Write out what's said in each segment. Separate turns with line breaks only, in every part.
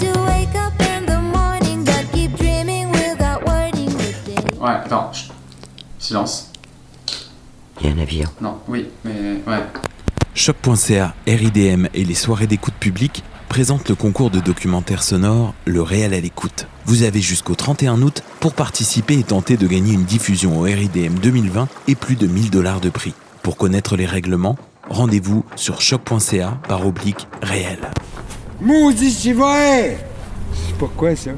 to wake up in the morning, but keep dreaming without wording the day.
Ouais, attends. chut. Silence.
Il y a un avion.
Non, oui, mais ouais.
Choc.ca, RIDM et les soirées d'écoute publique présentent le concours de documentaire sonore Le Réel à l'écoute. Vous avez jusqu'au 31 août pour participer et tenter de gagner une diffusion au RIDM 2020 et plus de 1000 dollars de prix. Pour connaître les règlements, rendez-vous sur choc.ca par oblique réel.
Maudit vrai C'est pourquoi ça?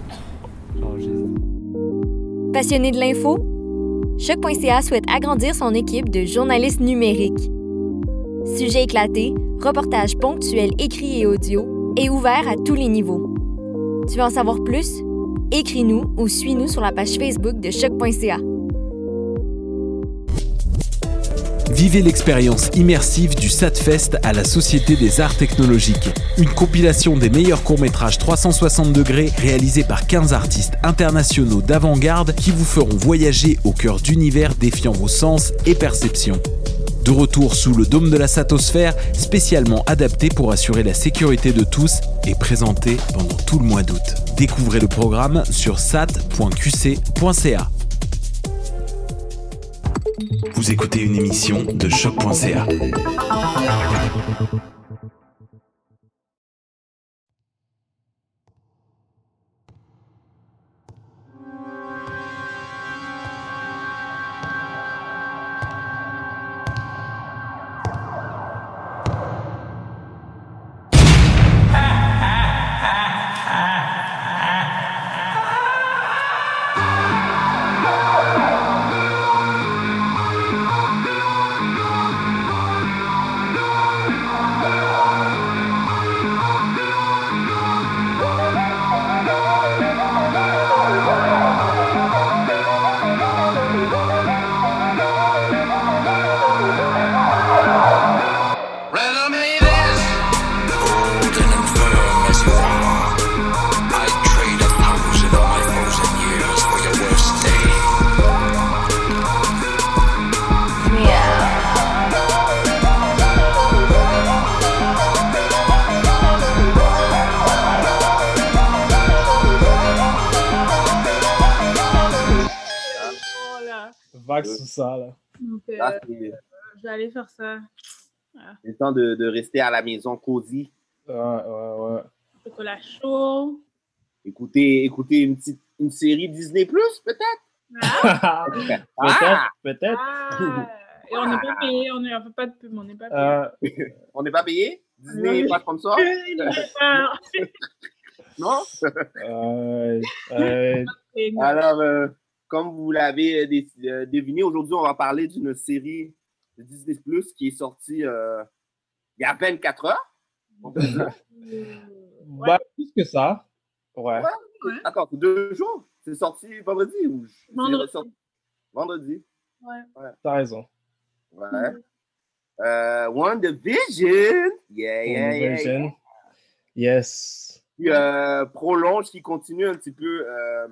Passionné de l'info? Choc.ca souhaite agrandir son équipe de journalistes numériques. Sujets éclatés, reportages ponctuels écrits et audio et ouverts à tous les niveaux. Tu veux en savoir plus? Écris-nous ou suis-nous sur la page Facebook de Choc.ca.
Vivez l'expérience immersive du SATFest à la Société des Arts Technologiques. Une compilation des meilleurs courts-métrages 360 degrés réalisés par 15 artistes internationaux d'avant-garde qui vous feront voyager au cœur d'univers défiant vos sens et perceptions. De retour sous le dôme de la satosphère, spécialement adapté pour assurer la sécurité de tous et présenté pendant tout le mois d'août. Découvrez le programme sur sat.qc.ca. Vous écoutez une émission de choc.ca.
Riddle me this. Old and infirm as you are, I trade a thousand of my frozen years for your worst day.
Vague sous ça, là.
Donc, euh,
Là, Ah, c'est
je vais aller faire ça.
c'est le temps de, de rester à la maison cosy,
Ouais, ouais, ouais.
Chocolat chaud.
écouter, écouter une petite une série Disney Plus peut-être.
peut-être,
Ah!
peut-être.
Ah, et on n'est pas payé, on ne fait pas de pub, on n'est pas payé.
Euh,
On n'est pas payé. Disney
Ouais.
pas sponsor.
Il est pas-
Non.
euh, euh,
Et-
Alors euh, comme vous l'avez euh, dé- euh, deviné, aujourd'hui on va parler d'une série de Disney Plus qui est sortie euh, il y a 24 heures. On peut dire.
Ouais.
bah, plus que ça. Ouais.
Ouais. D'accord, c'est deux jours. C'est sorti vendredi ou je- c'est
Vendredi.
ressorti- Vendredi.
Ouais.
T'as raison.
Ouais. Euh, WandaVision. Yeah,
Pour
yeah,
une
yeah.
nouvelle
yeah.
chaîne. Yes.
Qui euh, prolonge, qui continue un petit peu euh,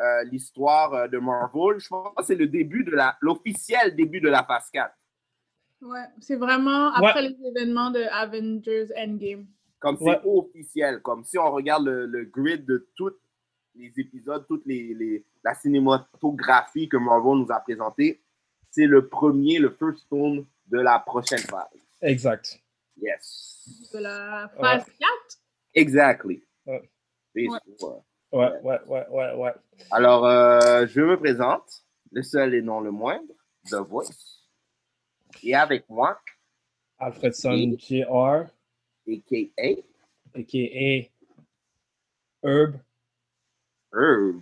euh, l'histoire euh, de Marvel. Je pense que c'est le début de la, l'officiel début de la phase 4.
Ouais, c'est vraiment
Ouais.
après les événements de Avengers Endgame.
Comme
Ouais.
c'est officiel, comme si on regarde le, le grid de tous les épisodes, toute les, les- la cinématographie que Marvel nous a présentée, c'est le premier, le first stone de la prochaine phase.
Exact.
Yes.
De la phase 4.
Exactly.
Ouais.
C'est
Ouais.
sûr.
Ouais, ouais, ouais, ouais, ouais.
Alors, euh, je me présente, le seul et non le moindre, The Voice. Et avec moi,
Alfredson Jr.,
a.k.a.
a.k.a. Herb.
Herb.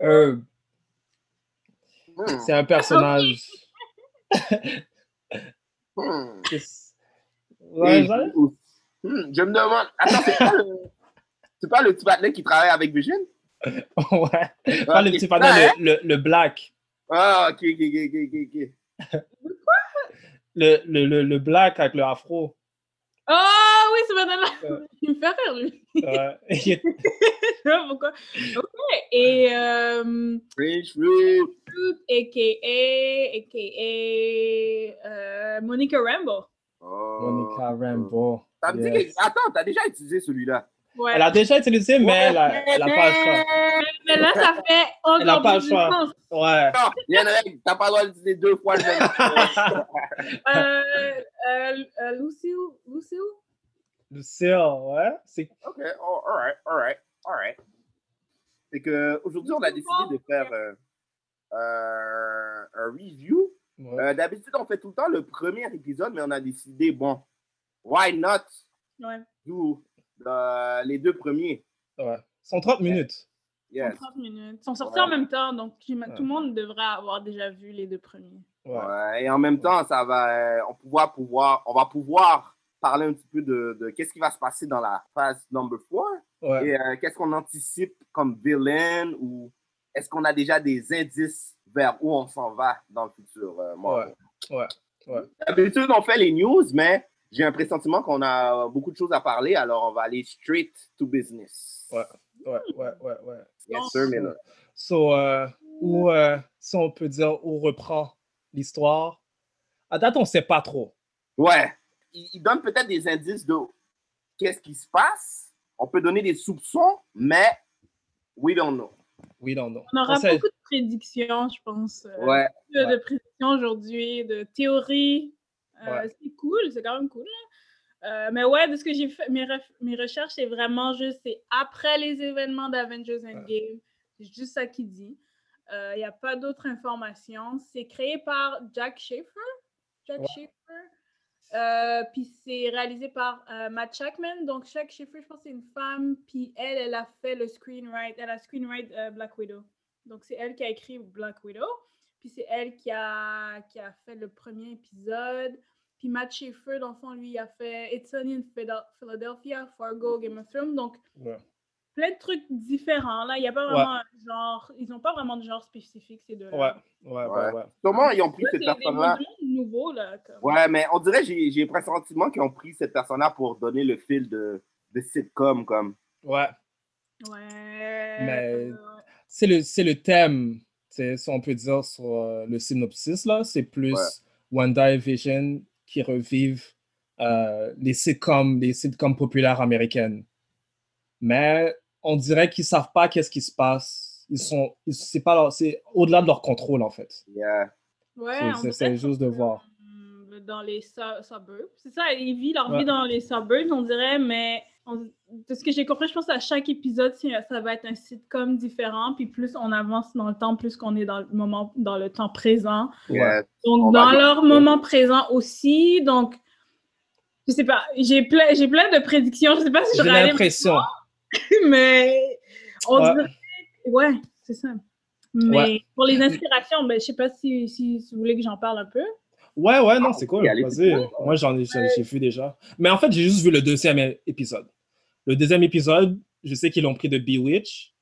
Herb,
Hmm,
c'est un Euh, personnage.
hmm.
Qu'est-ce- Ouais,
Et
ça-
je- hmm, Je me demande, attends, c'est pas le, c'est pas le petit patelin qui travaille avec Virgin? Ah,
ouais. Pas le
Ok,
petit
c'est
panneau,
ça,
le, le- le black.
Ah, ok, ok, ok, ok, ok.
Le, le, le, le black avec le afro.
Oh oui, ce bonhomme-là! Il me fait rire, lui.
Ouais. Il est-
Je sais pas pourquoi. Ok, et euh,
French Fruit.
Fruit, a.k.a. a.k.a. euh, Monica Rambo.
Oh.
Monica Rambeau.
Ça me dit
Yes.
que- Attends, t'as déjà utilisé celui-là.
Ouais.
Elle a déjà utilisé, mais elle a, elle a pas le choix.
Mais là, ça fait encore
Elle a pas le
plus de
choix.
sens.
Ouais.
Non, il y a une règle, t'as pas le droit d'utiliser deux fois le même.
Euh, euh, euh, Lucille, Lucille?
Lucille, ouais. C'est
ok, oh, alright, alright, alright. C'est que aujourd'hui, on a décidé de faire euh, euh, un review.
ouais.
Euh, D'habitude, on fait tout le temps le premier épisode, mais on a décidé, bon, why not
Ouais,
do the- les deux premiers?
ouais. Sont 30 minutes.
Yes.
30 minutes. Ils sont sortis
Ouais.
en même temps, donc j'im-
Ouais.
tout le monde devrait avoir déjà vu les deux premiers.
Ouais.
Ouais, et en même temps, ça va, euh, on, pouvoir, pouvoir, on va pouvoir parler un petit peu de, de qu'est-ce qui va se passer dans la phase number 4
Ouais.
et euh, qu'est-ce qu'on anticipe comme villain ou est-ce qu'on a déjà des indices vers où on s'en va dans le futur. euh, Marvel?
Ouais, ouais, ouais.
D'habitude, on fait les news, mais j'ai un pressentiment qu'on a beaucoup de choses à parler, alors on va aller straight to business.
Ouais. ouais, ouais, ouais, ouais.
Yes, sir, Miller.
So, euh, où, euh, si on peut dire, où reprend l'histoire. À date, on sait pas trop.
Ouais. Il, il donne peut-être des indices de qu'est-ce qui se passe. On peut donner des soupçons, mais we don't know.
Oui, non, non.
On aura
sait-
beaucoup de prédictions, je pense. euh,
Ouais.
de, de
Ouais.
prédictions aujourd'hui, de théories. Euh,
Ouais.
C'est cool, c'est quand même cool. là. Euh, mais ouais, de ce que j'ai fait, mes, ref- mes recherches, c'est vraiment juste, c'est après les événements d'Avengers Endgame. C'est juste ça qu'il dit. Il n'y a pas d'autres informations. C'est créé par Jack Schaefer. Jack
Ouais.
Schaefer. Euh, puis c'est réalisé par euh, Matt Shackman. Donc, Jack Schaefer, je pense que c'est une femme. Puis elle, elle a fait le screenwrite. Elle a screenwrite euh, Black Widow. Donc, c'est elle qui a écrit Black Widow. Puis c'est elle qui a, qui a fait le premier épisode. Puis Matt Schaefer, dans le fond, lui, il a fait It's Sunny in Phila- Philadelphia, Fargo, Game of Thrones. Donc,
Ouais.
plein de trucs différents. Là, il n'y a pas
Ouais.
vraiment un genre. Ils n'ont pas vraiment de genre spécifique, ces deux-là.
Ouais, ouais, ouais, ouais.
Comment ils ont pris
Eux, c'est
cette
des
personne-là?
modules nouveaux, là. Comme.
Ouais, mais on dirait, j'ai j'ai le pressentiment qu'ils ont pris cette personne-là pour donner le fil de, de sitcom, comme.
ouais.
Ouais,
Mais-
euh,
C'est le, c'est le thème, tu sais, si on peut dire, sur euh, le synopsis, là. C'est plus One Vision qui revivent euh, les sitcoms, les sitcoms populaires américaines. Mais on dirait qu'ils savent pas qu'est-ce qui se passe. Ils sont, ils- c'est pas leur- c'est au-delà de leur contrôle, en fait.
Yeah.
ouais,
C'est-
on
c'est-
dirait
c'est juste de
que,
voir.
euh, Dans les su- suburbs. C'est ça, ils vivent leur
Ouais.
vie dans les suburbs, on dirait, mais on- de ce que j'ai compris, je pense à chaque épisode, c'est- ça va être un sitcom différent. Puis plus on avance dans le temps, plus qu'on est dans le moment, dans le temps présent.
Yeah.
Donc,
On va
dans
aller-
leur moment présent aussi. Donc, je sais pas, j'ai plein, j'ai plein de prédictions. Je sais pas si je
J'ai
vais aller-
l'impression.
mais on
Ouais.
dirait. Ouais, c'est ça. Mais
Ouais.
pour les inspirations, ben, je sais pas si, si, si vous voulez que j'en parle un peu.
Ouais, ouais, non,
Ah,
c'est
on peut
cool.
y aller,
Vas-y.
c'est cool.
Moi, j'en ai, j'en ai- j'ai vu déjà. Mais en fait, j'ai juste vu le deuxième é- épisode. Le deuxième épisode, je sais qu'ils l'ont pris de Bewitch.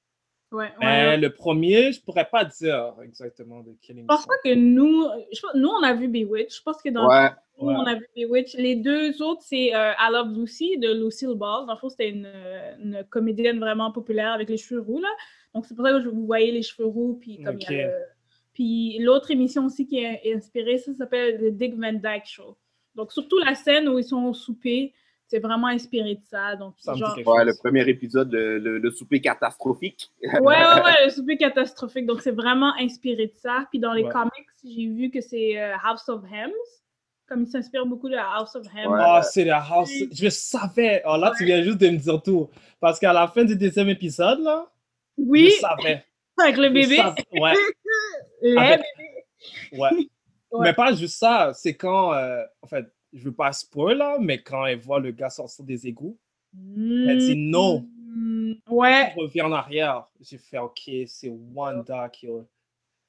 Ouais, ouais,
Mais
ouais.
le premier, je pourrais pas dire exactement de quel
Je pense
émission.
pas que nous, je pense- nous, on a vu Bewitch. Je pense que dans
Ouais.
nous, on a vu Bewitch. Les deux autres, c'est euh, I Love Lucy de Lucille Ball. Dans le fond, c'était une, euh, une comédienne vraiment populaire avec les cheveux roux. Là. Donc, c'est pour ça que je- vous voyez les cheveux roux. Puis, comme il y
Ok.
a le- puis l'autre émission aussi qui est est inspirée, ça s'appelle The Dick Van Dyke Show. Donc, surtout la scène où ils sont au souper, c'est vraiment inspiré de ça. Donc,
Ça me dit
genre,
quelque
Ouais,
chose.
le premier épisode, le, le- le souper catastrophique.
Ouais, ouais, ouais, le souper catastrophique. Donc, c'est vraiment inspiré de ça. Puis dans les
Ouais.
comics, j'ai vu que c'est euh, House of Hems. Comme il s'inspire beaucoup de House of Hems.
Ouais.
Ah, c'est la house. Je savais. Oh, là, tu viens juste de me dire tout. Parce qu'à la fin du deuxième épisode, là,
Oui,
je savais.
avec le
Je
bébé.
savais. Ouais,
Les
avec- ouais.
Ouais.
Mais pas juste ça. C'est quand, euh, en fait, je veux pas spoil, là, mais quand elle voit le gars sortir des égouts.
bébés.
Elle dit non.
Mm, Ouais.
je reviens en arrière. J'ai fait, OK, c'est Wanda qui...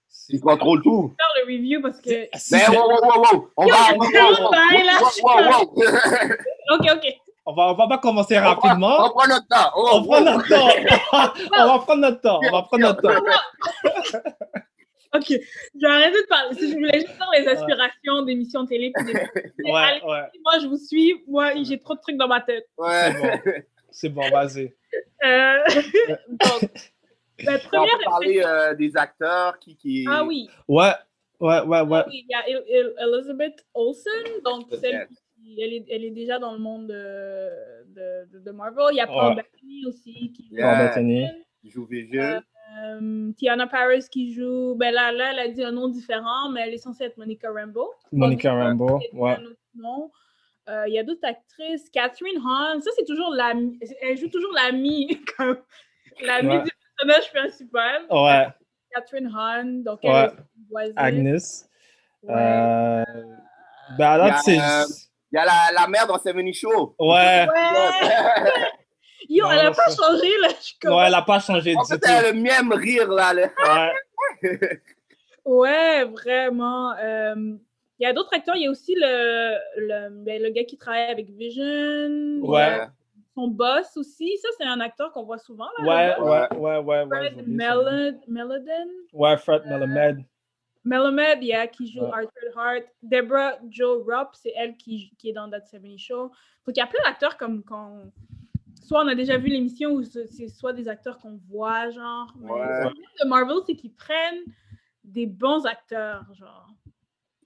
C'est-
Il contrôle tout.
Faire le review parce que.
C'est-
Mais
c'est-
wow, wow, wow, wow. On
Yo,
va.
je
wow,
suis vraiment
wow,
pas là,
wow,
je suis
wow, wow.
Ok, ok.
on va, on va pas commencer rapidement.
On prend notre temps. Oh,
on prend notre temps. on va prendre notre temps. On va prendre notre temps.
Ok, j'ai arrêté de parler. Si je voulais juste faire les aspirations d'émissions télé. puis des-
Ouais, ouais.
Moi, je vous suis. Moi, j'ai trop de trucs dans ma tête.
Ouais.
C'est bon. C'est bon, vas-y.
Euh, donc, la
On
première
peut parler euh, des acteurs qui. qui...
Ah oui,
Ouais, ouais, ouais, ouais.
oui, il y a El- El- Elizabeth Olsen, donc
Peut-être.
celle qui elle est, elle est déjà dans le monde de, de, de- de Marvel. Il y a
Ouais.
Paul Bettany aussi qui
Yeah.
Paul Bettany.
qui Joue Vigil.
Euh, Tiana Paris qui joue. Ben là, là, elle a dit un nom différent, mais elle est censée être Monica Rambeau.
Monica Rambeau.
C'est
Ouais.
un autre nom. Euh, Il y a d'autres actrices. Catherine Hahn, ça c'est toujours l'amie. Elle joue toujours l'amie, comme l'amie
Ouais.
du personnage principal.
Ouais.
Catherine Hahn, donc
Ouais.
elle est voisine.
Agnes.
Ouais.
Euh... Ben, alors,
Il y
c'est.
a, Il y a la, la mère dans 70 Show.
Ouais.
Ouais. Yo,
Non,
elle a
non,
pas
ça-
changé là. Je suis comme-
Non, elle a pas changé
En
du
fait,
tout.
elle a le même rire là. le-
Ouais.
Ouais, vraiment. euh, Il y a d'autres acteurs. Il y a aussi le, le, ben, le gars qui travaille avec Vision.
Ouais.
Son boss aussi. Ça, c'est un acteur qu'on voit souvent. Là, le
Ouais, ouais,
boss.
ouais, ouais. ouais,
Fred Euh.
j'ai oublié son nom.
Melod- Meloden.
Ouais, Fred Melamed.
Melomed, il y a qui joue
Ouais.
Arthur Hart. Deborah Joe Rupp, c'est elle qui, qui est dans That 70 Show. Donc, il y a plein d'acteurs comme qu'on. Soit on a déjà vu l'émission ou c'est c'est soit des acteurs qu'on voit, genre. Mais
Ouais.
le problème de Marvel, c'est qu'ils prennent des bons acteurs, genre.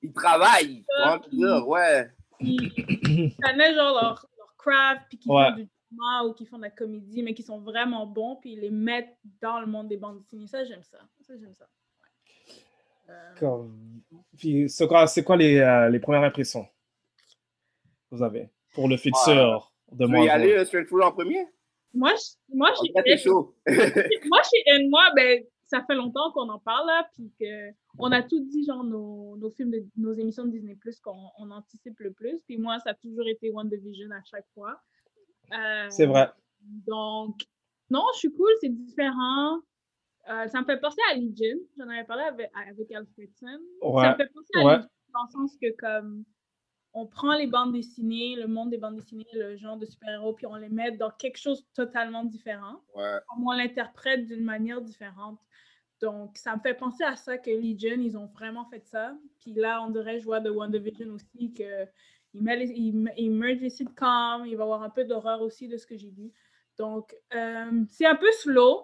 Il travaille.
Euh,
tu vois, Ouais.
Ils ils connaissent, genre, leur, leur craft, puis qui
Ouais.
font du drama ou qui font de la comédie, mais qui sont vraiment bons, puis ils les mettent dans le monde des bandes dessinées. Ça, j'aime ça. Ça, j'aime ça. Ouais. Euh,
Comme- Puis, c'est quoi, c'est quoi les, euh, les premières impressions que vous avez pour le futur de
Tu veux y
Marvel?
aller euh, straight through en premier?
Moi, je- moi,
En
j'ai-
fait, t'es chaud.
moi, chez elle, moi, ben, ça fait longtemps qu'on en parle, là, puis que on a tout dit, genre, nos, nos films, de, nos émissions de Disney+, qu'on on anticipe le plus. Puis moi, ça a toujours été WandaVision à chaque fois. Euh,
C'est vrai.
Donc, non, je suis cool, c'est différent. Euh, ça me fait penser à Legion. J'en avais parlé avec, avec Alfredson. Ça
Ouais.
me fait penser à
ouais.
Legion dans le sens que, comme, on prend les bandes dessinées, le monde des bandes dessinées, le genre de super-héros, puis on les met dans quelque chose de totalement différent
Ouais.
comme on l'interprète d'une manière différente. Donc, ça me fait penser à ça que Legion, ils ont vraiment fait ça. Puis là, on dirait, je vois de WandaVision aussi que ils, mettent les- ils, me- ils mergent les sitcoms, il va y avoir un peu d'horreur aussi de ce que j'ai vu. Donc, euh, c'est un peu slow.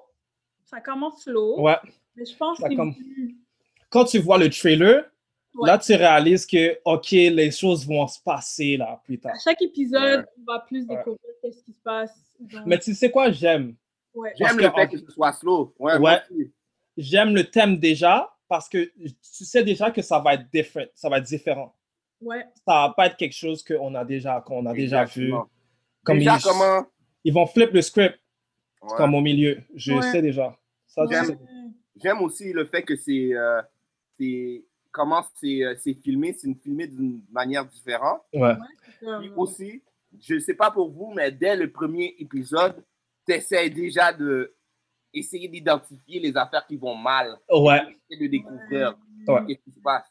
Ça commence slow.
Ouais.
Mais je pense
Ça
que c'est
commence-
voulu.
Quand tu vois le trailer,
Ouais.
là, tu réalises que, OK, les choses vont se passer là plus tard.
à chaque épisode,
Ouais.
on va plus
Ouais.
découvrir qu'est-ce qui se passe. Donc,
Mais tu sais quoi, j'aime?
ouais.
Parce
J'aime le
que-
fait que ce soit slow. Ouais.
Ouais.
moi aussi.
J'aime le thème déjà parce que tu sais déjà que ça va être different, ça va être différent.
ouais.
Ça va pas être quelque chose qu'on a déjà, qu'on a déjà vu.
Exactement.
Comme
Déjà,
ils,
comment?
ils vont flip le script
Ouais.
comme au milieu. Je
Ouais.
sais déjà. Ça, tu
Ouais.
sais.
J'aime aussi le fait que c'est. euh, c'est- comment c'est euh, c'est filmé? C'est filmé d'une manière différente.
Ouais.
Puis
Euh,
Comme-
aussi, je ne sais pas pour vous, mais dès le premier épisode, tu essaies déjà de essayer d'identifier les affaires qui vont mal
Ouais.
et de découvrir
Ouais.
qu'est-ce qui se passe.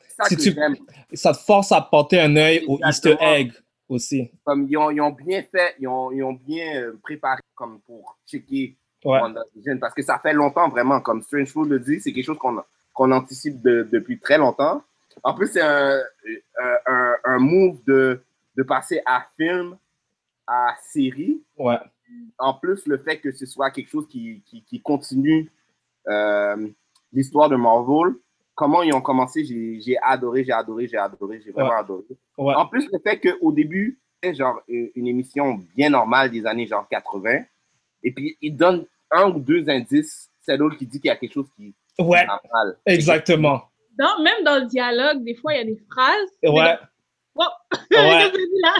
C'est ça
Si
que
tu-
j'aime.
ça te force à porter un œil au Easter
Exactement.
egg aussi.
Comme ils ont, ils ont bien fait, ils ont, ils ont bien euh, préparé comme pour checker
Ouais.
WandaVision, parce que ça fait longtemps vraiment, comme Strange Food le dit, c'est quelque chose qu'on qu'on anticipe de- depuis très longtemps. En plus, c'est un, un, un- un move de, de passer à film, à série.
Ouais.
en plus, le fait que ce soit quelque chose qui, qui, qui continue euh, l'histoire de Marvel, comment ils ont commencé, j'ai j'ai adoré, j'ai adoré, j'ai adoré, j'ai vraiment
Ouais.
adoré.
Ouais.
En plus, le fait qu'au début, c'est genre une, une émission bien normale des années genre 80, et puis ils donnent un ou deux indices, c'est l'autre qui dit qu'il y a quelque chose qui
Ouais,
va mal.
exactement.
Dans- même dans le dialogue, des fois, il y a des phrases. mais
Ouais.
Wow.
Ouais.
Comme je dis là,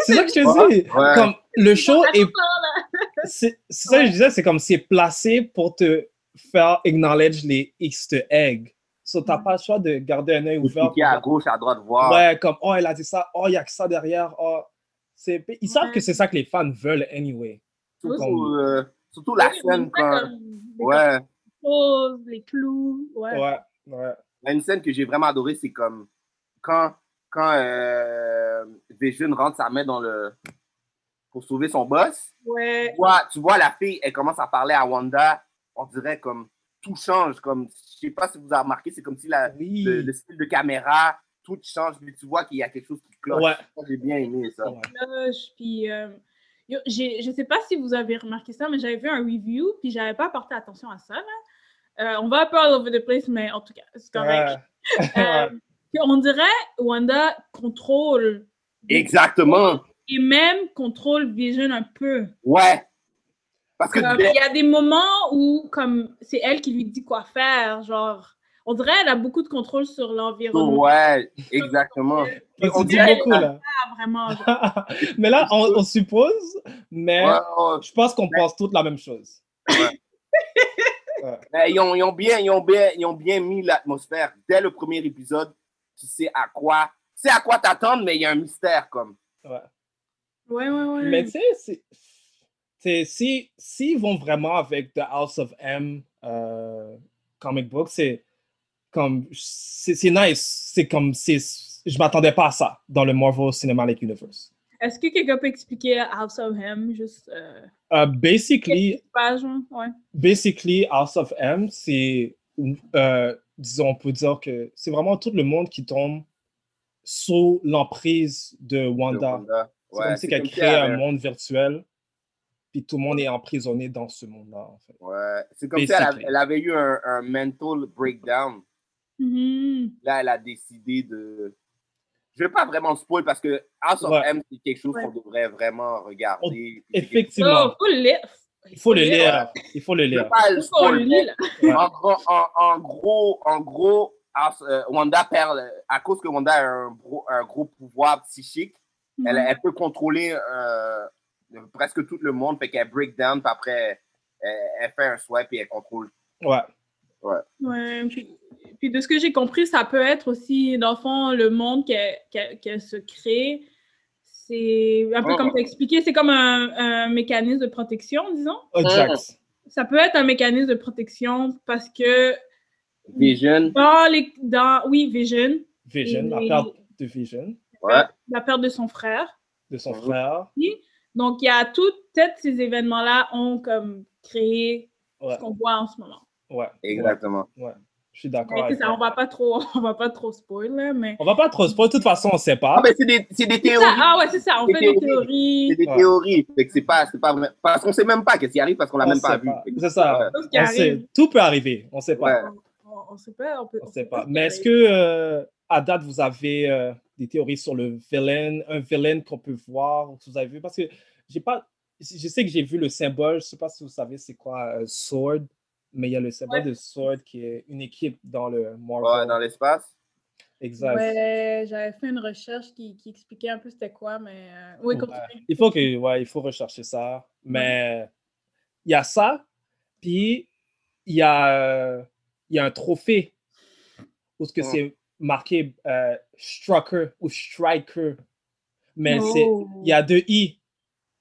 C'est ça que je te dis.
Ouais.
Comme le show est.
attends, là.
C'est c'est ça que je disais, c'est comme c'est placé pour te faire acknowledge les Easter eggs. So, t'as pas le choix de garder un œil
Ou
ouvert.
cliquer à gauche, à droite, voir.
Ouais, comme, oh, elle a dit ça, oh, il y a que ça derrière, oh. C'est- Ils savent que c'est ça que les fans veulent, anyway.
Surtout, euh, surtout la
Oui,
scène
on
quand...
voit comme des
Ouais.
choses, les clous. Ouais.
Ouais, ouais.
Il y a une scène que j'ai vraiment adorée, c'est comme quand, quand euh, Vejun rentre sa main dans le, pour sauver son boss.
Ouais.
Tu vois, tu vois, la fille, elle commence à parler à Wanda. On dirait comme tout change. Comme, je sais pas si vous avez remarqué, c'est comme si la,
Oui.
le, le style de caméra, tout change, mais tu vois qu'il y a quelque chose qui cloche.
Ouais.
Ça, J'ai bien aimé ça.
Ouais.
cloche, puis euh, yo, j'ai- je sais pas si vous avez remarqué ça, mais j'avais vu un review, puis j'avais pas porté attention à ça. là. Euh, on va un peu all over the place, mais en tout cas, c'est correct. Euh, puis on dirait Wanda contrôle
Exactement.
et même contrôle Vision un peu.
Ouais. Parce que
Comme, Il y a des moments où comme c'est elle qui lui dit quoi faire, genre on dirait elle a beaucoup de contrôle sur l'environnement.
Ouais, exactement.
Ouais.
on
On dit
dirait-
beaucoup, là.
Pas vraiment. genre.
mais là, on, on suppose, mais
Ouais, ouais.
je pense qu'on pense toutes la même chose.
Ben, ils, ont, ils ont bien, ils, ont bien, ils ont bien mis l'atmosphère. Dès le premier épisode, tu sais à quoi tu sais à quoi t'attendre, mais il y a un mystère comme.
Ouais.
Ouais, ouais, ouais.
Mais tu sais, c'est- tu sais, si s'ils vont vraiment avec The House of M euh, comic book, c'est comme c'est c'est nice, c'est comme c'est je m'attendais pas à ça dans le Marvel Cinematic Universe.
Est-ce que quelqu'un peut expliquer House of Him juste euh,
Euh, basically,
page hein? ouais.
basically, House of M, c'est, euh, disons, on peut dire que c'est vraiment tout le monde qui tombe sous l'emprise de
le
Wanda.
Wanda.
C'est
Ouais,
comme si
c'est
qu'elle
comme
crée
si elle
un
avait-
monde virtuel, puis tout le monde est emprisonné dans ce monde-là, en fait.
Ouais. C'est comme si elle avait,
Basically.
elle avait eu un, un mental breakdown.
Mhm.
Là, elle a décidé de. Je vais pas vraiment spoil parce que House of
Ouais.
M, c'est quelque chose
Ouais.
qu'on devrait vraiment regarder.
Oh,
Effectivement,
faut le lire.
il faut le
lire.
lire. Il faut le
Je
lire.
vais pas le
Faut qu'on le
spoil,
lit, là.
Ouais.
En, gros, en, en gros, en gros, House- euh, Wanda perd, euh, à cause que Wanda a un gros, un gros pouvoir psychique, elle, elle peut contrôler euh, presque tout le monde, fait qu'elle break down, puis après, elle, elle fait un swipe et elle contrôle.
Ouais.
Euh, Mm-hmm. Ouais, puis, puis de ce que j'ai compris, ça peut être aussi, dans le fond, le monde qu'elle qu'elle- qu'elle se crée. C'est un peu
Oh.
comme tu expliqué, c'est comme un, un mécanisme de protection, disons.
Exact.
Ça peut être un mécanisme de protection parce que
Vision.
dans les. Dans, oui, Vision,
Vision, la
Et-
perte de Vision,
Ouais.
la perte de son frère.
de son
Mhm.
frère.
Donc, il y a tout, peut-être ces événements-là ont comme créé
Ouais.
ce qu'on voit en ce moment.
Ouais.
Exactement.
Je suis d'accord.
Mais
avec
c'est ça,
toi.
on va pas trop, on va pas trop spoil, là, mais.
On va pas trop spoiler. De toute façon, on sait pas.
Ah, ben, c'est des, c'est des
C'est ça,
théories.
ah ouais, c'est ça, on
Des
fait des
C'est
théories.
des
Ouais.
théories. Fait que c'est pas, c'est pas vrai. Parce qu'on sait même pas qu'est-ce qui arrive parce qu'on l'a
On
même pas
sait
vu.
pas.
Fait que-
C'est ça.
Ouais.
Choses qui
On sait-
arrivent.
tout peut arriver. On sait pas.
Ouais.
On, on sait pas, on peut.
On
on
sait
sait
pas.
ce qui
Mais est-ce
arrive.
que, euh, à date, vous avez euh, des théories sur le villain, un villain qu'on peut voir, que vous avez vu? Parce que j'ai pas. Je sais que j'ai vu le symbole, je sais pas si vous savez c'est quoi, euh, Sword, mais il y a le symbole
Ouais.
de Sword qui est une équipe dans le Marvel.
Ouais, dans l'espace.
Exact.
Ouais, j'avais fait une recherche qui, qui expliquait un peu c'était quoi, mais. euh, Oui,
Ouais.
continue.
Il faut que, ouais, il faut rechercher ça. Mais il y a ça, puis il y a, euh, il y a un trophée où ce que
Ouais.
c'est marqué euh, Strucker ou Striker. Mais c'est,
Oh.
il y a deux i,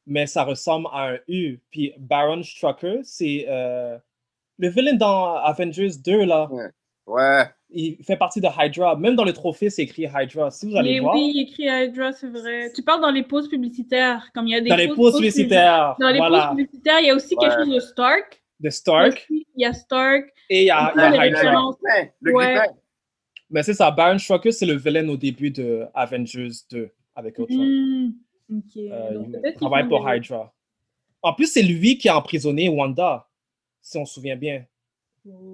mais ça ressemble à un u. Puis Baron Strucker, c'est euh, le villain dans Avengers 2 là.
Ouais. Ouais.
Il fait partie de Hydra. Même dans le trophée, c'est écrit Hydra. Si vous allez
Mais
voir,
oui, il écrit Hydra, c'est vrai. Tu parles dans les pauses publicitaires, comme il y a des.
dans les pauses publicitaires,
Dans les
voilà,
pauses publicitaires, il y a aussi quelque
Ouais.
chose de Stark.
de Stark.
Il y a Stark.
Et il y a, il y
Ah,
a
le
Ouais,
Hydra.
villain.
griffin, Le
Ouais.
griffin.
Mais c'est ça, Baron Strucker, c'est le vilain au début de Avengers 2 avec Ultron.
Hmm, Ok.
hein. Euh,
Donc,
il
peut-être qu'ils
travaille
font
pour
des-
Hydra. En plus, c'est lui qui a emprisonné Wanda, si on se souvient bien.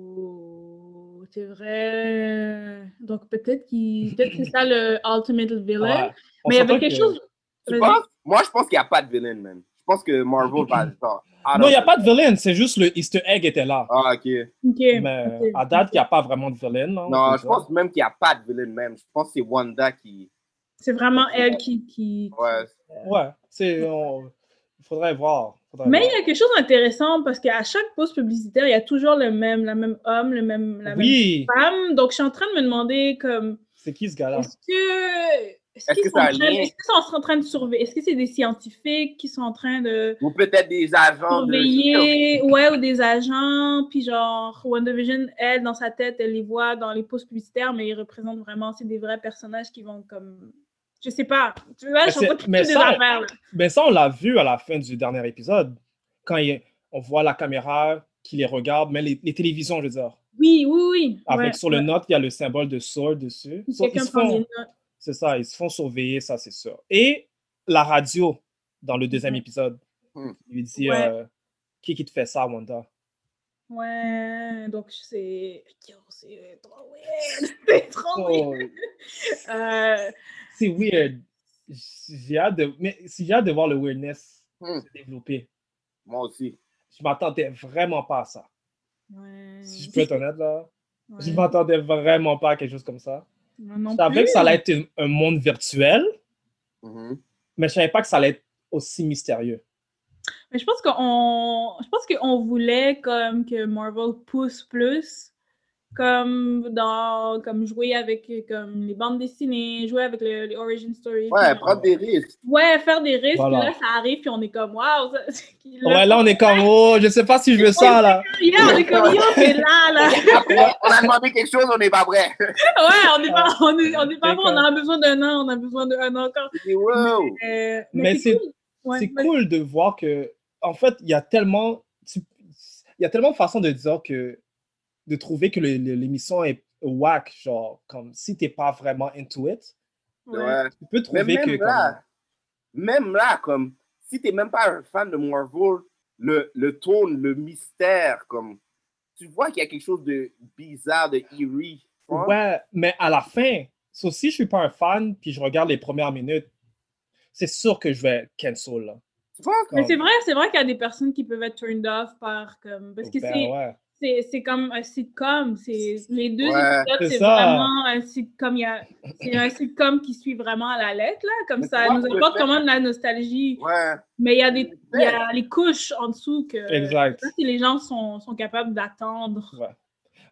Oh, c'est vrai. Donc peut-être qu'il, peut-être que c'est ça le ultimate villain.
Ouais. On
Mais il y
s'entend
avait quelque
que-
chose.
Tu
Vas-y.
penses? Moi, je pense qu'il n'y a pas de villain, man. Je pense que Marvel va le faire. Ah,
Non, il n'y a pas de vilain, c'est juste le Easter Egg était là.
Ah, ok.
Ok.
Mais
ok.
à date, il n'y a pas vraiment de vilain. Non,
Non,
c'est
je
ça.
pense même qu'il n'y a pas de villain, man. Je pense que c'est Wanda qui.
C'est vraiment elle qui, qui-
Ouais.
Ouais, c'est. on- Il faudrait voir. faudrait
Mais il
voir.
y a quelque chose d'intéressant parce qu'à chaque pause publicitaire, il y a toujours le même, la même homme, le même, la
Oui,
même femme. Donc je suis en train de me demander comme,
c'est qui ce gars-là?
est-ce que, est-ce
Est-ce
qu'ils
que
sont
ça a
en
un
train-
lien?
est-ce qu'ils sont en train de surveiller, est-ce que c'est des scientifiques qui sont en train de
Ou peut-être des agents de.
surveiller, ouais, ou des agents, puis genre, WandaVision, elle, dans sa tête, elle les voit dans les pauses publicitaires, mais ils représentent vraiment, c'est des vrais personnages qui vont comme... Je Je sais pas. Tu vois, je suis en
c'est-
train de
mais
trouver des
ça-
affaires, là.
Mais Ben, ça, on l'a vu à la fin du dernier épisode, quand il- on voit la caméra qui les regarde, mais les, les télévisions, je veux dire.
Oui, oui, oui.
Avec
Ouais,
sur le
ouais.
note, il y a le symbole de sword dessus. So, ils
Quelqu'un
se
prend
font-
des notes.
C'est ça, ils se font surveiller, ça, c'est sûr. Et la radio, dans le deuxième épisode,
Hmm.
il lui dit
Mhm. Ouais.
euh, Qui qui te fait ça, Wanda
Ouais, donc c'est. Yo, C'est trop weird. C'est trop weird.
Oh,
Euh,
C'est weird. J'ai hâte, de... mais si j'ai hâte de voir le weirdness
Hmm.
se développer.
Moi aussi.
Je m'attendais vraiment pas à ça.
ouais.
Si je peux être honnête, là, je
Ouais.
m'attendais vraiment pas à quelque chose comme ça.
Moi non
Je savais que
plus.
ça allait être un- un monde virtuel,
Mhm.
mais je savais pas que ça allait être aussi mystérieux.
Mais je pense qu'on je pense qu'on voulait comme que Marvel pousse plus comme dans comme jouer avec comme les bandes dessinées, jouer avec le- les origin stories.
Ouais,
puis-
prendre des risques.
ouais, faire des risques,
Voilà.
puis là ça arrive puis on est comme waouh. ça-
Ouais, là, on est comme, oh, je sais pas si je veux ça, là.
Puis là, on est comme yo, c'est là là.
Après, on a demandé quelque chose, on n'est pas prêt.
ouais, on n'est pas on est, on est pas
C'est
bon,
comme-
on en a besoin d'un an, on a besoin d'un an encore.
Je dis, wow.
Euh,
Mais c'est-
cool. Ouais,
C'est
vas-y.
cool de voir que, en fait, il y a tellement, tu- il y a tellement de façons de dire que, de trouver que le- le- l'émission est whack, genre, comme si t'es pas vraiment into it,
Ouais.
Ouais.
tu peux
Mais
trouver que,
même
comme-
là, même là, comme si t'es même pas un fan de Marvel, le, le tone, le mystère, comme tu vois qu'il y a quelque chose de bizarre, de eerie. tu vois?
ouais, mais à la fin, sauf si je suis pas un fan, puis je regarde les premières minutes, c'est sûr que je vais cancel, là.
Tu vois, comme-
Mais c'est vrai, c'est vrai qu'il y a des personnes qui peuvent être turned off par comme parce que
Ben
c'est
ouais.
c'est c'est comme un sitcom. C'est les deux
Ouais,
épisodes,
c'est
c'est
ça.
vraiment un sitcom. il y a- C'est un sitcom qui suit vraiment à la lettre là, comme
Mais
ça
tu vois,
nous
le
apporte
fait-
quand même la nostalgie.
ouais.
Mais il y a des
le
il y
fait-
a les couches en dessous que
Exact.
ça, c'est les gens sont, sont capables d'attendre.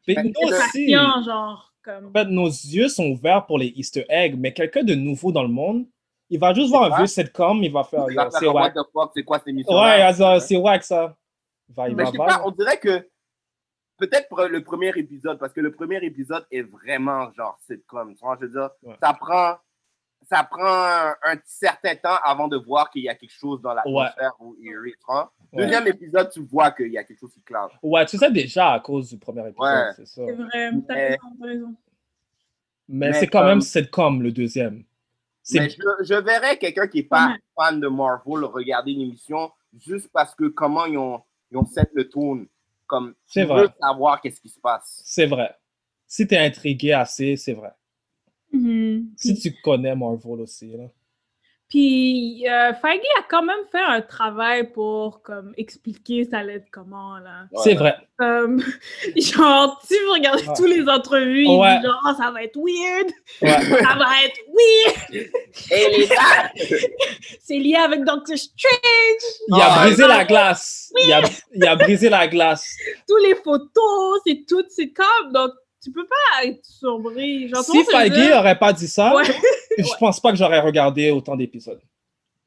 Mais
Ben,
nous
c'est
aussi,
Patient, genre comme
en fait, nos yeux sont ouverts pour les Easter eggs, mais quelqu'un de nouveau dans le monde, il va juste voir un
vrai.
vieux sitcom, il va faire.
Il va faire
C'est
comme, what
wack.
the fuck, c'est quoi cette émission
Ouais, il va dire, c'est wack ça. Il va, il
Mais
va
je sais
voir.
pas, on dirait que peut-être pour le premier épisode, parce que le premier épisode est vraiment genre sitcom. Tu vois, je veux dire,
Ouais.
ça prend, ça prend un, un certain temps avant de voir qu'il y a quelque chose dans l'atmosphère ou eerie. Tu vois.
Ouais.
Deuxième épisode, tu vois qu'il y a quelque chose qui classe.
Ouais, tu sais déjà à cause du premier épisode,
Ouais.
c'est ça.
c'est vrai. T'as
Mais-
raison, t'as raison.
Mais,
Mais
c'est quand
comme-
même sitcom le deuxième. C'est-
Mais je, je verrais quelqu'un qui n'est pas fan de Marvel regarder une émission juste parce que comment ils ont, ils ont set le tone. Comme tu
C'est
veux
vrai.
savoir qu'est-ce qui se passe.
C'est vrai. Si t'es intrigué assez, c'est vrai.
Mhm.
Si tu connais Marvel aussi, là.
Puis euh, Feige a quand même fait un travail pour comme expliquer ça allait être comment là.
Ouais.
c'est vrai.
Comme, genre si vous regardez
Ouais.
tous les entrevues, il
Ouais.
dit genre Ah, ça va être weird,
Ouais.
ça va être weird,
Et les gars,
c'est lié avec Doctor Strange,
Il a
Ah,
brisé
ouais.
la glace. Il, a, il a brisé la glace.
tous les photos, c'est tout, c'est comme donc tu peux pas être sombré. Genre, tout le
Si
monde se dit,
Feige aurait pas dit ça,
Ouais.
je pense pas que j'aurais regardé autant d'épisodes.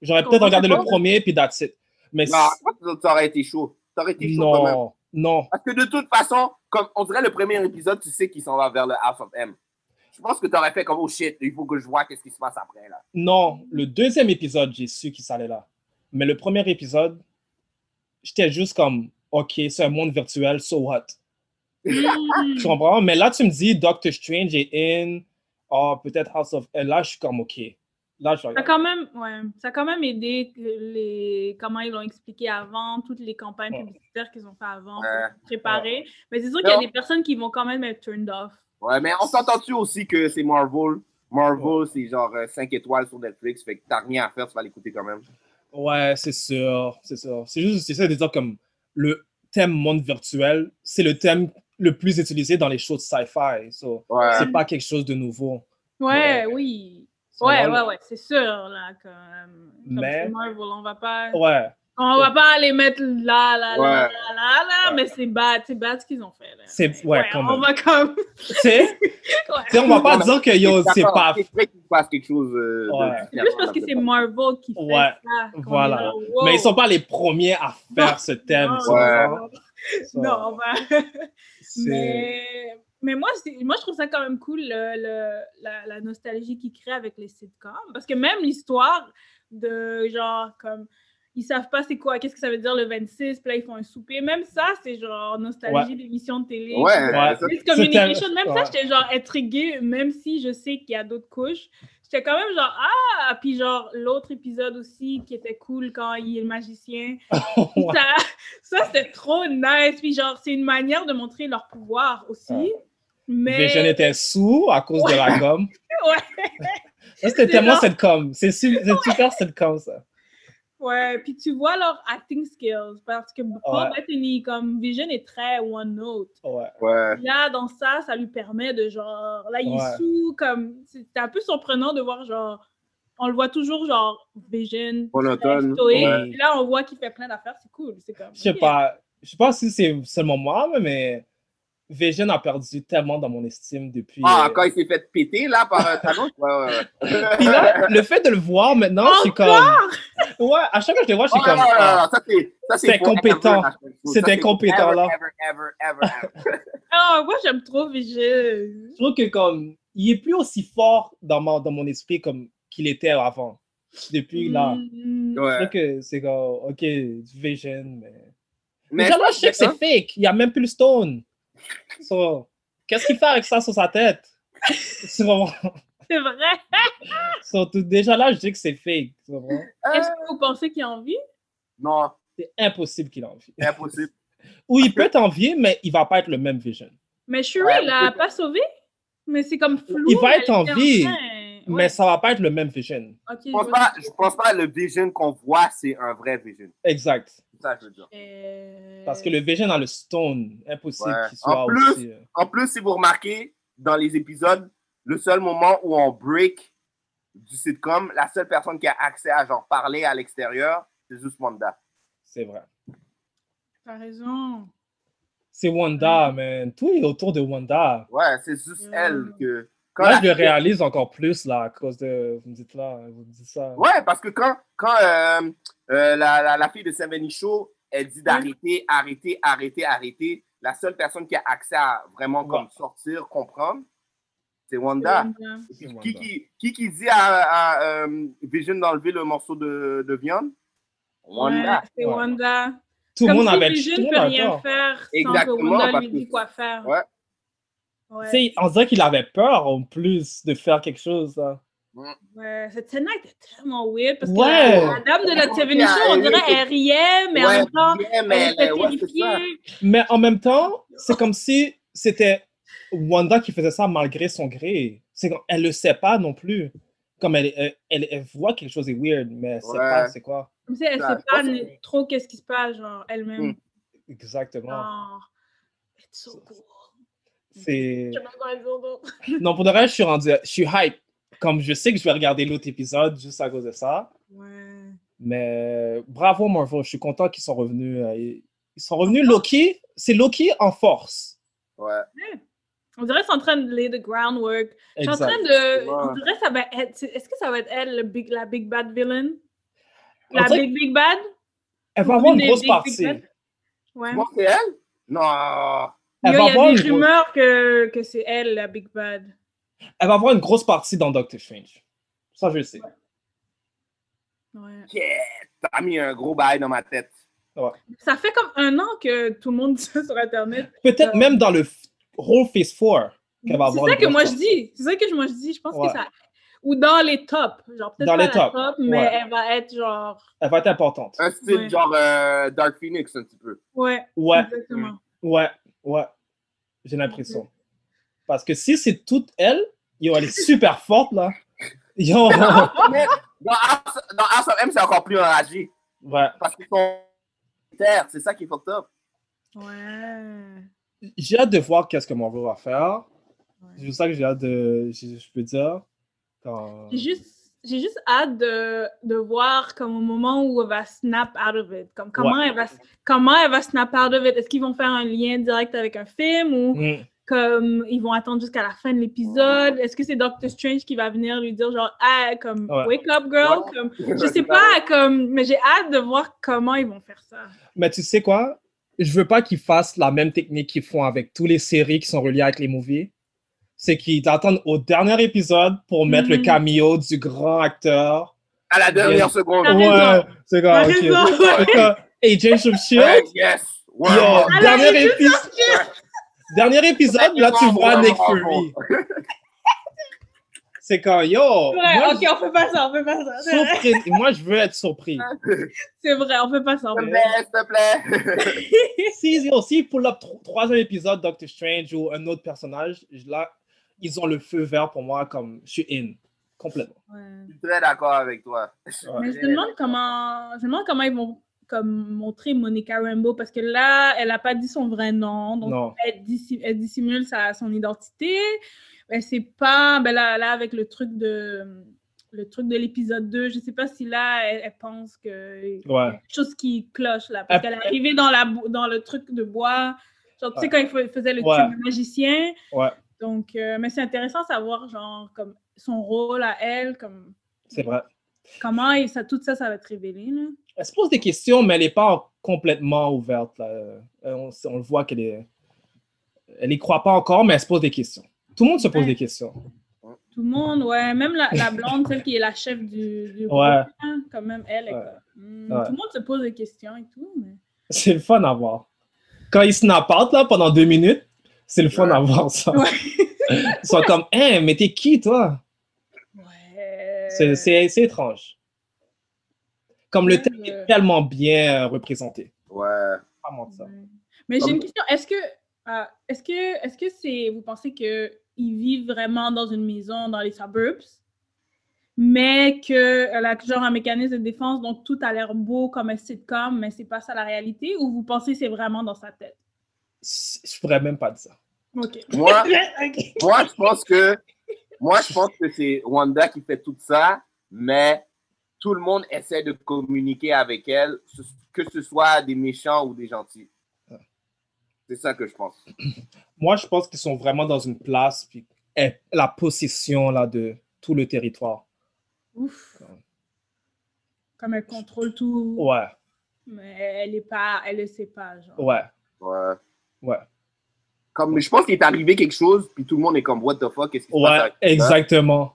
J'aurais peut-être
Comment
regardé
ça
le
va?
premier puis that's it. Mais si-
non, je pense que ça aurait été chaud. Ça aurait été Bah, chaud quand même.
non, non.
Parce que de toute façon, comme on dirait le premier épisode, tu sais qu'il s'en va vers le half of M. Je pense que tu aurais fait comme oh shit, il faut que je vois qu'est-ce qui se passe après là.
Non, le deuxième épisode, j'ai su qu'il s'allait là. Mais le premier épisode, j'étais juste comme, OK, c'est un monde virtuel, so what?
Hmm.
Tu comprends? Mais là, tu me dis Doctor Strange est in, oh, peut-être House of... Et là, je suis comme, OK. Là, je
Ça a
regarde.
quand même, ouais, ça a quand même aidé que les, comment ils l'ont expliqué avant, toutes les campagnes
Ouais.
publicitaires qu'ils ont fait avant
Ouais.
pour préparer. Mais c'est sûr qu'il y a
Non.
des personnes qui vont quand même être turned off.
Ouais, mais on s'entend-tu aussi que c'est Marvel? Marvel, c'est genre 5 étoiles sur Netflix, fait que t'as rien à faire, tu vas l'écouter quand même.
Ouais, c'est sûr, c'est sûr. C'est juste, j'essaie de dire comme le thème monde virtuel, c'est le thème le plus utilisé dans les shows de sci-fi. So,
Ouais.
c'est pas quelque chose de nouveau.
Ouais,
Ouais.
oui.
So,
Ouais,
on-
ouais, ouais, c'est sûr, là, quand même. Comme
Mais-
c'est Marvel, on va pas,
Ouais,
on va pas les mettre là, là, là, là,
Ouais.
là, là,
Ouais.
mais c'est bad, c'est bad ce qu'ils ont fait, là.
c'est... Ouais, quand
on
même.
va comme,
Tu sais, tu sais, on va pas
Ouais,
dire que yo, c'est
D'accord,
pas...
C'est vrai qu'il se passe quelque chose
Ouais.
euh, de
c'est
différent,
plus parce que
là,
c'est
peut-être.
Marvel qui fait
Ouais,
ça. qu'on est
voilà.
là, wow.
Mais ils sont pas les premiers à faire ce thème.
Non,
tu vois.
non, non.
So,
non, on va.
c'est-
mais, mais moi, c'est- moi, je trouve ça quand même cool, le- le- la, la nostalgie qu'ils créent avec les sitcoms. Parce que même l'histoire de genre, comme, ils savent pas c'est quoi, qu'est-ce que ça veut dire le 26, puis là, ils font un souper. Même ça, c'est genre nostalgie d'émission de télé.
Ouais,
Ouais.
ça-
Miss Communication,
C'était-
même
ouais.
ça, j'étais genre intriguée, même si je sais qu'il y a d'autres couches. J'étais quand même genre, ah! Puis genre, l'autre épisode aussi qui était cool quand il est le magicien. Puis
Ouais.
Ça, ça c'était trop nice. Puis genre, c'est une manière de montrer leur pouvoir aussi.
Ouais.
Mais.
Vision était sourd à cause de la gomme.
Ouais,
Ça, C'était
C'est
tellement
genre-
cette com. C'est su- c'est super cette com, ça.
ouais. Puis tu vois leur acting skills. Parce que Paul Bettany, comme Vision, est très one-note.
Ouais.
Ouais.
Là, dans ça, ça lui permet de genre. Là, il
Ouais.
est sous, comme. C'est c'est un peu surprenant de voir genre. On le voit toujours genre Vision,
Monotone.
stoïque.
Ouais.
Ouais.
Là, on voit qu'il fait plein d'affaires, c'est cool. C'est comme.
Je sais
ok.
pas. Je sais pas si c'est seulement moi, mais Vision a perdu tellement dans mon estime depuis.
Ah,
euh,
quand il s'est fait péter, là, par un Thanos? Ouais, ouais, ouais.
Puis là, le fait de le voir maintenant, je suis comme. Ouais, à chaque fois que je le vois, je suis
Oh,
comme.
non, non,
ah.
non, non, ça, c'est- ça, c'est
C'était
forever,
compétent.
la chose. Ça,
C'était
c'est
compétent,
ever,
là.
ever, ever, ever, ever.
Ah, moi, j'aime trop Vision.
Je trouve que comme. Il est plus aussi fort dans, ma- dans mon esprit comme qu'il était avant. Depuis là.
Mm.
Je
Ouais.
trouve que c'est comme. Ok, Vision, mais.
Mais
Mais là, je sais que c'est fake. Il n'y a même plus le stone. So, Qu'est-ce qu'il fait avec ça sur sa tête? C'est vraiment.
C'est vrai.
so, tout- déjà là, je dis que c'est fake. tu comprends?
Euh,
Est-ce que vous pensez qu'il a envie?
Non,
C'est impossible qu'il envie.
c'est impossible.
Ou il peut t'envier, mais il va pas être le même Vision.
Mais Shuri
Ouais,
il l'a
peut-être.
pas sauvé? Mais c'est comme flou.
Il va
elle
être en
était
vie,
enceinte.
Mais
Ouais,
ça va pas être le même Vision.
ok,
Je
je
pense
vois.
pas, je pense pas que le vision qu'on voit, c'est un vrai vision.
Exact.
C'est ça, que je veux dire.
Euh,
Parce que le Vision a le stone. Impossible
Ouais.
qu'il soit
En plus-
aussi. euh,
En plus, si vous remarquez, dans les épisodes, le seul moment où on break du sitcom, la seule personne qui a accès à genre parler à l'extérieur, c'est juste Wanda.
C'est vrai.
T'as raison.
C'est Wanda, man. Tout est autour de Wanda.
Ouais, c'est juste
Mm.
elle que. Quand
Là,
la-
je le réalise encore plus, là, à cause de. Vous me dites là, vous me dites ça.
Ouais, parce que quand, quand euh, euh, la, la, la fille de 70 Show, elle dit d'arrêter,
Mm.
arrêter, arrêter, arrêter, la seule personne qui a accès à vraiment comme
Ouais.
sortir, comprendre, c'est Wanda.
Wanda.
Et puis,
C'est
Qui,
Wanda.
qui, qui qui dit à, à, euh, Vision d'enlever le morceau de, de viande? Wanda.
Ouais, c'est
Ouais.
Wanda.
Tout le
Comme
monde
si
avait
Vision
tout le
ne
monde
peut
avait
rien
tort.
faire sans que
Exactement,
Wanda
parce
lui dise
que-
quoi faire.
Ouais.
Ouais.
Tu sais, on dirait qu'il avait peur en plus de faire quelque chose. là.
Ouais, cette scène-là était tellement weird parce que
Ouais.
la, la dame de la
Ouais,
TV show, on
elle-
dirait elle riait, mais en
Ouais,
même temps,
bien, mais
elle était
elle- ouais, c'est ça.
terrifiée.
Mais en même temps, c'est comme si c'était Wanda qui faisait ça malgré son gré. C'est comme- elle le sait pas non plus. Comme elle, elle, elle- elle voit quelque chose est weird, mais elle sait
Ouais.
pas c'est quoi.
Comme si elle
Ça,
sait pas
ça,
ni- trop qu'est-ce qui se passe, genre, elle-même.
Hmm.
Exactement.
Genre, it's so cool.
C'est
Je sais pas quoi dire d'autre.
non pour de vrai, je suis rendu, je suis hype. Comme je sais que je vais regarder l'autre épisode juste à cause de ça.
Ouais.
Mais bravo Marvel, je suis content qu'ils sont revenus. euh, Ils ils sont revenus Loki, c'est Loki en force.
Ouais.
On dirait qu'ils sont en train de lay the groundwork. Je suis en train
Exact.
de.
Ouais.
On dirait que ça va être. c'est- Est-ce que ça va être elle, le big, la Big Bad Villain
On
La
dirait-
Big Big Bad
Elle va avoir
Une
une
des
grosse
Big
partie.
Bad. Ouais.
Tu penses que c'est elle?
Elle
Non.
Il y
va
a, il y
avoir
a
une
des
grosse-
rumeurs que, que c'est elle, la Big Bad.
elle va avoir une grosse partie dans Doctor Strange. Ça, je le sais.
Ouais.
Yeah. T'as mis un gros bail dans ma tête.
Ça fait comme un an que tout le monde dit ça sur Internet.
Peut-être
Euh,
même dans le f- rôle Phase 4 qu'elle va
C'est
avoir.
ça
une
que
grosse
moi je
part.
dis. C'est ça que moi je dis. Je pense
Ouais.
que ça. Ou dans les tops. Genre, peut-être
Dans
pas
les
la
tops,
top, mais
ouais.
elle va être genre.
Elle va être importante.
Un style
Ouais.
genre euh, Dark Phoenix, un petit peu.
Ouais,
Ouais,
exactement.
ouais, ouais. J'ai l'impression. Parce que si c'est toute elle, yo, elle est super forte là. Yo,
Mais dans House dans House of M, c'est encore plus enragé.
ouais.
Parce qu'ils sont terre, c'est ça qui est fucked up.
Ouais.
J'ai hâte de voir qu'est-ce que Marvel va faire.
Ouais.
C'est pour ça que j'ai hâte de. Je, je peux dire. Quand...
J'ai juste, j'ai juste hâte de, de voir comme au moment où elle va snap out of it. Comme comment,
Ouais.
elle, va, comment elle va snap out of it. Est-ce qu'ils vont faire un lien direct avec un film ou
Mm.
comme ils vont attendre jusqu'à la fin de l'épisode? Est-ce que c'est Doctor Strange qui va venir lui dire genre ah comme
Ouais.
wake up girl?
Ouais.
Comme, je sais pas comme mais j'ai hâte de voir comment ils vont faire ça.
Mais tu sais quoi? je veux pas qu'ils fassent la même technique qu'ils font avec toutes les séries qui sont reliées avec les movies. C'est qu'ils attendent au dernier épisode pour mettre le
Mhm.
cameo du grand acteur.
À la dernière
Yes.
seconde.
T'as raison.
c'est
T'as
grave. euh,
raison.
Et James Shield,
Ouais, yes. Ouais,
yo,
ouais.
Alors, il
dernier,
est
épi- dernier épisode, là tu vois Nick Fury. C'est quand, yo,
Ouais,
moi,
ok, on fait pas ça, on fait pas ça. Ah,
je-
C'est vrai,
surpris- moi je veux être surpris.
C'est vrai, on fait pas ça. on
S'il te
fait
plaît, s'il te plaît.
si, si- si pull up tro- troisième épisode Doctor Strange ou un autre personnage, je- là, ils ont le feu vert pour moi, comme je suis in, complètement.
pas ça. Ouais.
Je suis très d'accord avec toi.
Mais je me demande comment, je me demande comment ils vont comme montrer Monica Rambeau parce que là, elle n'a pas dit son vrai nom, donc
Non.
Elle, dissi- elle dissimule sa, son identité. Mais c'est pas ben là, là avec le truc de le truc de l'épisode 2, je sais pas si là elle, elle pense que il y a
Ouais.
quelque chose qui cloche là parce
Après-
qu'elle est arrivée dans la bou- dans le truc de bois. Genre, tu sais,
Ouais.
quand il fa- faisait le
Ouais.
tube de magicien.
Ouais.
Donc, euh, mais c'est intéressant de savoir, genre, comme son rôle à elle, comme
C'est vrai.
comment et ça, tout ça, ça va être révélé. Là.
Elle se pose des questions, mais elle n'est pas en- complètement ouverte. Là. Euh, On, s- on le voit qu'elle est. Elle n'y croit pas encore, mais elle se pose des questions. Tout le monde se pose
Ouais.
des questions.
Tout le monde, ouais. Même la, la blonde, celle qui est la chef du, du groupe,
Ouais.
là, quand même, elle, est
Ouais.
comme, hmm,
Ouais.
Tout le monde se pose des questions et tout, mais...
C'est le fun à voir. Quand ils snap out, là, pendant deux minutes, c'est le fun à voir ça.
Ouais.
Ils sont comme, hein, mais t'es qui, toi?
Ouais...
C'est- C'est c'est étrange. Comme le
Euh, Même,
thème est
euh,
tellement bien euh, représenté.
Ouais.
Pas mentir ça.
Ouais. Mais j'ai une question. Est-ce que, ah, est-ce que, est-ce que c'est, vous pensez que ils vivent vraiment dans une maison dans les suburbs, mais que elle a genre un mécanisme de défense, donc tout a l'air beau comme un sitcom, mais c'est pas ça la réalité, ou vous pensez que c'est vraiment dans sa tête?
C- Je pourrais même pas dire ça.
Ok.
Moi,
Ok.
moi, je pense que moi, je pense que c'est Wanda qui fait tout ça, mais tout le monde essaie de communiquer avec elle, ce- que ce soit des méchants ou des gentils. C'est ça que je pense.
Moi, je pense qu'ils sont vraiment dans une place, puis eh, la possession là, de tout le territoire.
Ouf. Comme elle contrôle tout.
Ouais,
Mais elle est pas, elle le sait pas, genre.
ouais,
Ouais.
ouais.
Comme, je pense qu'il est arrivé quelque chose, puis tout le monde est comme, what the fuck, qu'est-ce qui se
Ouais,
passe avec ça?
exactement.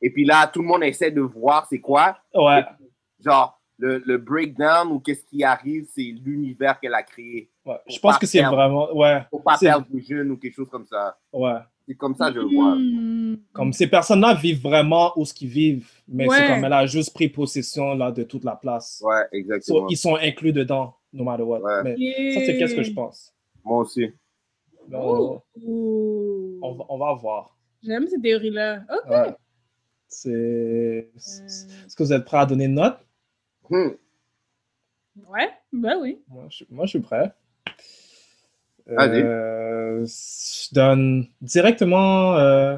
Et puis là, tout le monde essaie de voir c'est quoi.
Ouais,
Genre, le, le breakdown ou qu'est-ce qui arrive, c'est l'univers qu'elle a créé.
ouais. Je
Faut
pense
pas
que c'est
perdre.
vraiment. Ouais,
Faut pas
C'est-
perdre le jeune ou quelque chose comme ça.
ouais.
C'est comme ça que je le vois.
Mm-hmm.
Hmm.
Comme ces personnes-là vivent vraiment où ce qu'ils vivent, mais c'est
Ouais.
comme elle a juste pris possession là, de toute la place.
Ouais,
So,
exactement.
ils sont inclus dedans, no matter what.
Ouais.
Mais ça, c'est qu'est-ce que je pense.
Moi aussi.
Mais on-
Ouh.
on va- on va voir.
J'aime cette théorie-là. Ok.
Ouais. C'est.
Euh.
c'est- Est-ce que vous êtes prêt à donner une note?
Hmm.
Ouais, ben oui.
Moi, je, moi, je suis prêt.
Vas-y.
Euh, je donne directement. euh,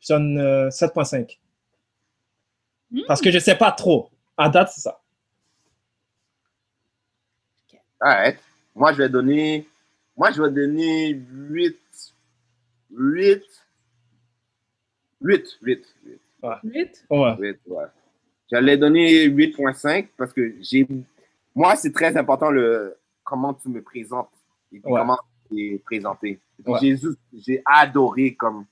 je donne euh, 7,5.
Mm.
Parce que je sais pas trop. À date, c'est ça.
Alright. Moi, je vais donner. Moi, je vais donner 8. 8. 8. 8.
Vite.
Ouais.
8. Ouais. J'allais donner 8.5 parce que j'ai. Moi, c'est très important le comment tu me présentes et puis
Ouais.
comment tu es présenté. Et puis
Ouais.
J'ai juste- j'ai adoré comme.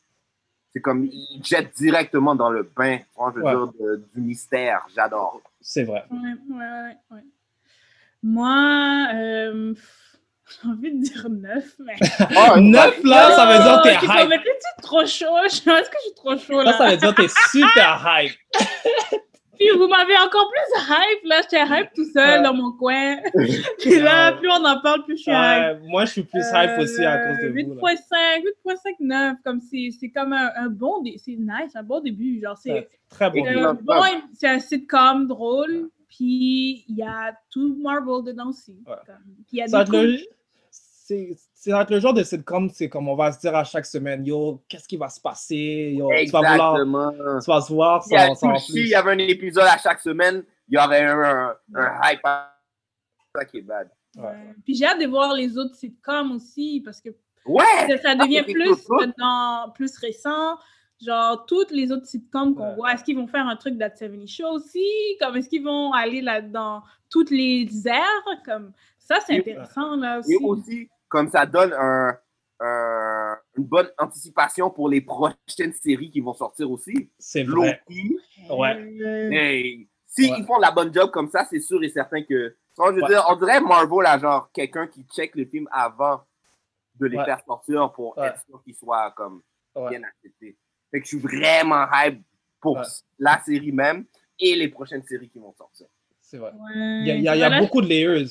C'est comme il jette directement dans le bain, tu vois, je veux
Ouais.
dire, de- du mystère. J'adore.
C'est vrai.
Ouais, ouais, ouais, ouais. Moi, euh, pff, j'ai envie de dire 9, mais.
Oh,
9 là, ça veut dire que
Oh,
t'es
comme,
hype.
mais t'es-tu trop chaud? Est-ce que je suis trop chaud
Là,
là?
ça veut dire que t'es super hype.
Puis vous m'avez encore plus hype là. J'étais hype tout seul
Ouais.
dans mon coin. Puis là,
Ouais.
plus on en parle, plus je suis
Ouais,
hype.
moi, je suis plus hype aussi à
Euh,
cause de vous. là.
8.5, 8.59, comme c'est c'est comme un, un bon, dé- c'est nice, un bon début. Genre, c'est
Ouais, Très bon.
Et
euh,
là-
bon, c'est un sitcom drôle, puis il y a tout Marvel dedans aussi.
Ouais.
comme. Puis il y a
Ça va
des
être le...
coups-
C'est c'est ça va être le genre de sitcom, c'est comme on va se dire à chaque semaine, yo, qu'est-ce qui va se passer, yo, tu vas vouloir,
Exactement.
tu vas se voir,
S'il y a
sans, sans
Tulsi, il
plus.
y avait un épisode à chaque semaine, il y aurait un, un, un hype. à- Ça qui est bad.
Ouais.
Ouais. euh, Puis j'ai hâte de voir les autres sitcoms aussi, parce que
Ouais!
ça, ça devient
c'est
plus
cool.
maintenant, plus récent. Genre, toutes les autres sitcoms qu'on
Ouais.
voit, est-ce qu'ils vont faire un truc d'At 70 Show aussi? Comme, est-ce qu'ils vont aller là-dedans toutes les airs? Comme, Ça, c'est intéressant, là aussi.
Et aussi, comme ça donne un, un- une bonne anticipation pour les prochaines séries qui vont sortir aussi.
C'est vrai.
Loki,
Ouais.
hey, s'ils
Ouais.
font la bonne job comme ça, c'est sûr et certain que. Sans, je veux
Ouais.
dire, on dirait Marvel, là, genre, quelqu'un qui check les films avant de les
Ouais.
faire sortir pour
Ouais.
être sûr qu'ils soient comme,
Ouais.
bien acceptés. Fait que je suis vraiment hype pour
Ouais.
la série même et les prochaines séries qui vont sortir.
C'est vrai.
Ouais.
Il y a, il y a- il y a
Mm, Voilà.
beaucoup de layers.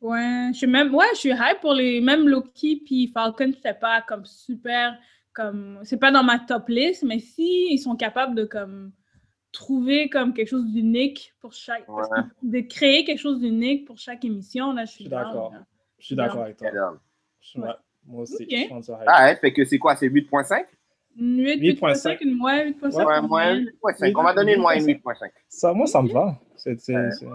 Ouais, je suis même, ouais, je suis hype pour les même Loki puis Falcon, c'était pas comme super, comme c'est pas dans ma top list, mais si ils sont capables de comme trouver comme quelque chose d'unique pour chaque, parce que de créer quelque chose d'unique pour chaque émission là, je suis
Je suis d'accord.
down, là.
Je suis d'accord avec toi.
Alors,
Je- ouais, moi aussi,
Ok.
je suis en train de-
Ah, ouais, fait que c'est quoi, c'est 8.5?
8,
8.5.
8.5, une ouais, 8.5.
Ouais,
une
moyenne
moyenne.
8.5. On va donner une moyenne 8.5.
Ça, moi, ça me va. C'est c'est- c'est-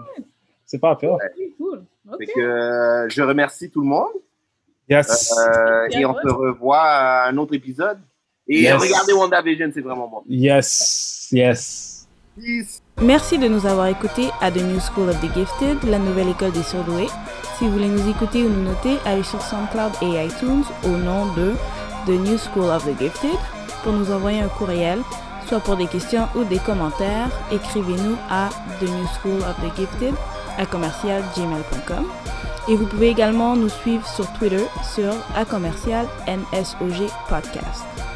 c'est pas peur.
Ok, Cool.
Fait
Ok.
que euh, je remercie tout le monde.
Yes.
Euh, et on
Merci à
se revoit à un autre épisode. Et
Yes.
regardez WandaVision, c'est vraiment bon.
Yes. Yes.
Peace!
Merci de nous avoir écoutés à The New School of the Gifted, la nouvelle école des surdoués. Si vous voulez nous écouter ou nous noter, allez sur SoundCloud et iTunes au nom de The New School of the Gifted pour nous envoyer un courriel, soit pour des questions ou des commentaires. Écrivez-nous à The New School of the Gifted à commercialgmail.com. Et vous pouvez également nous suivre sur Twitter sur à commercial NSOG Podcast.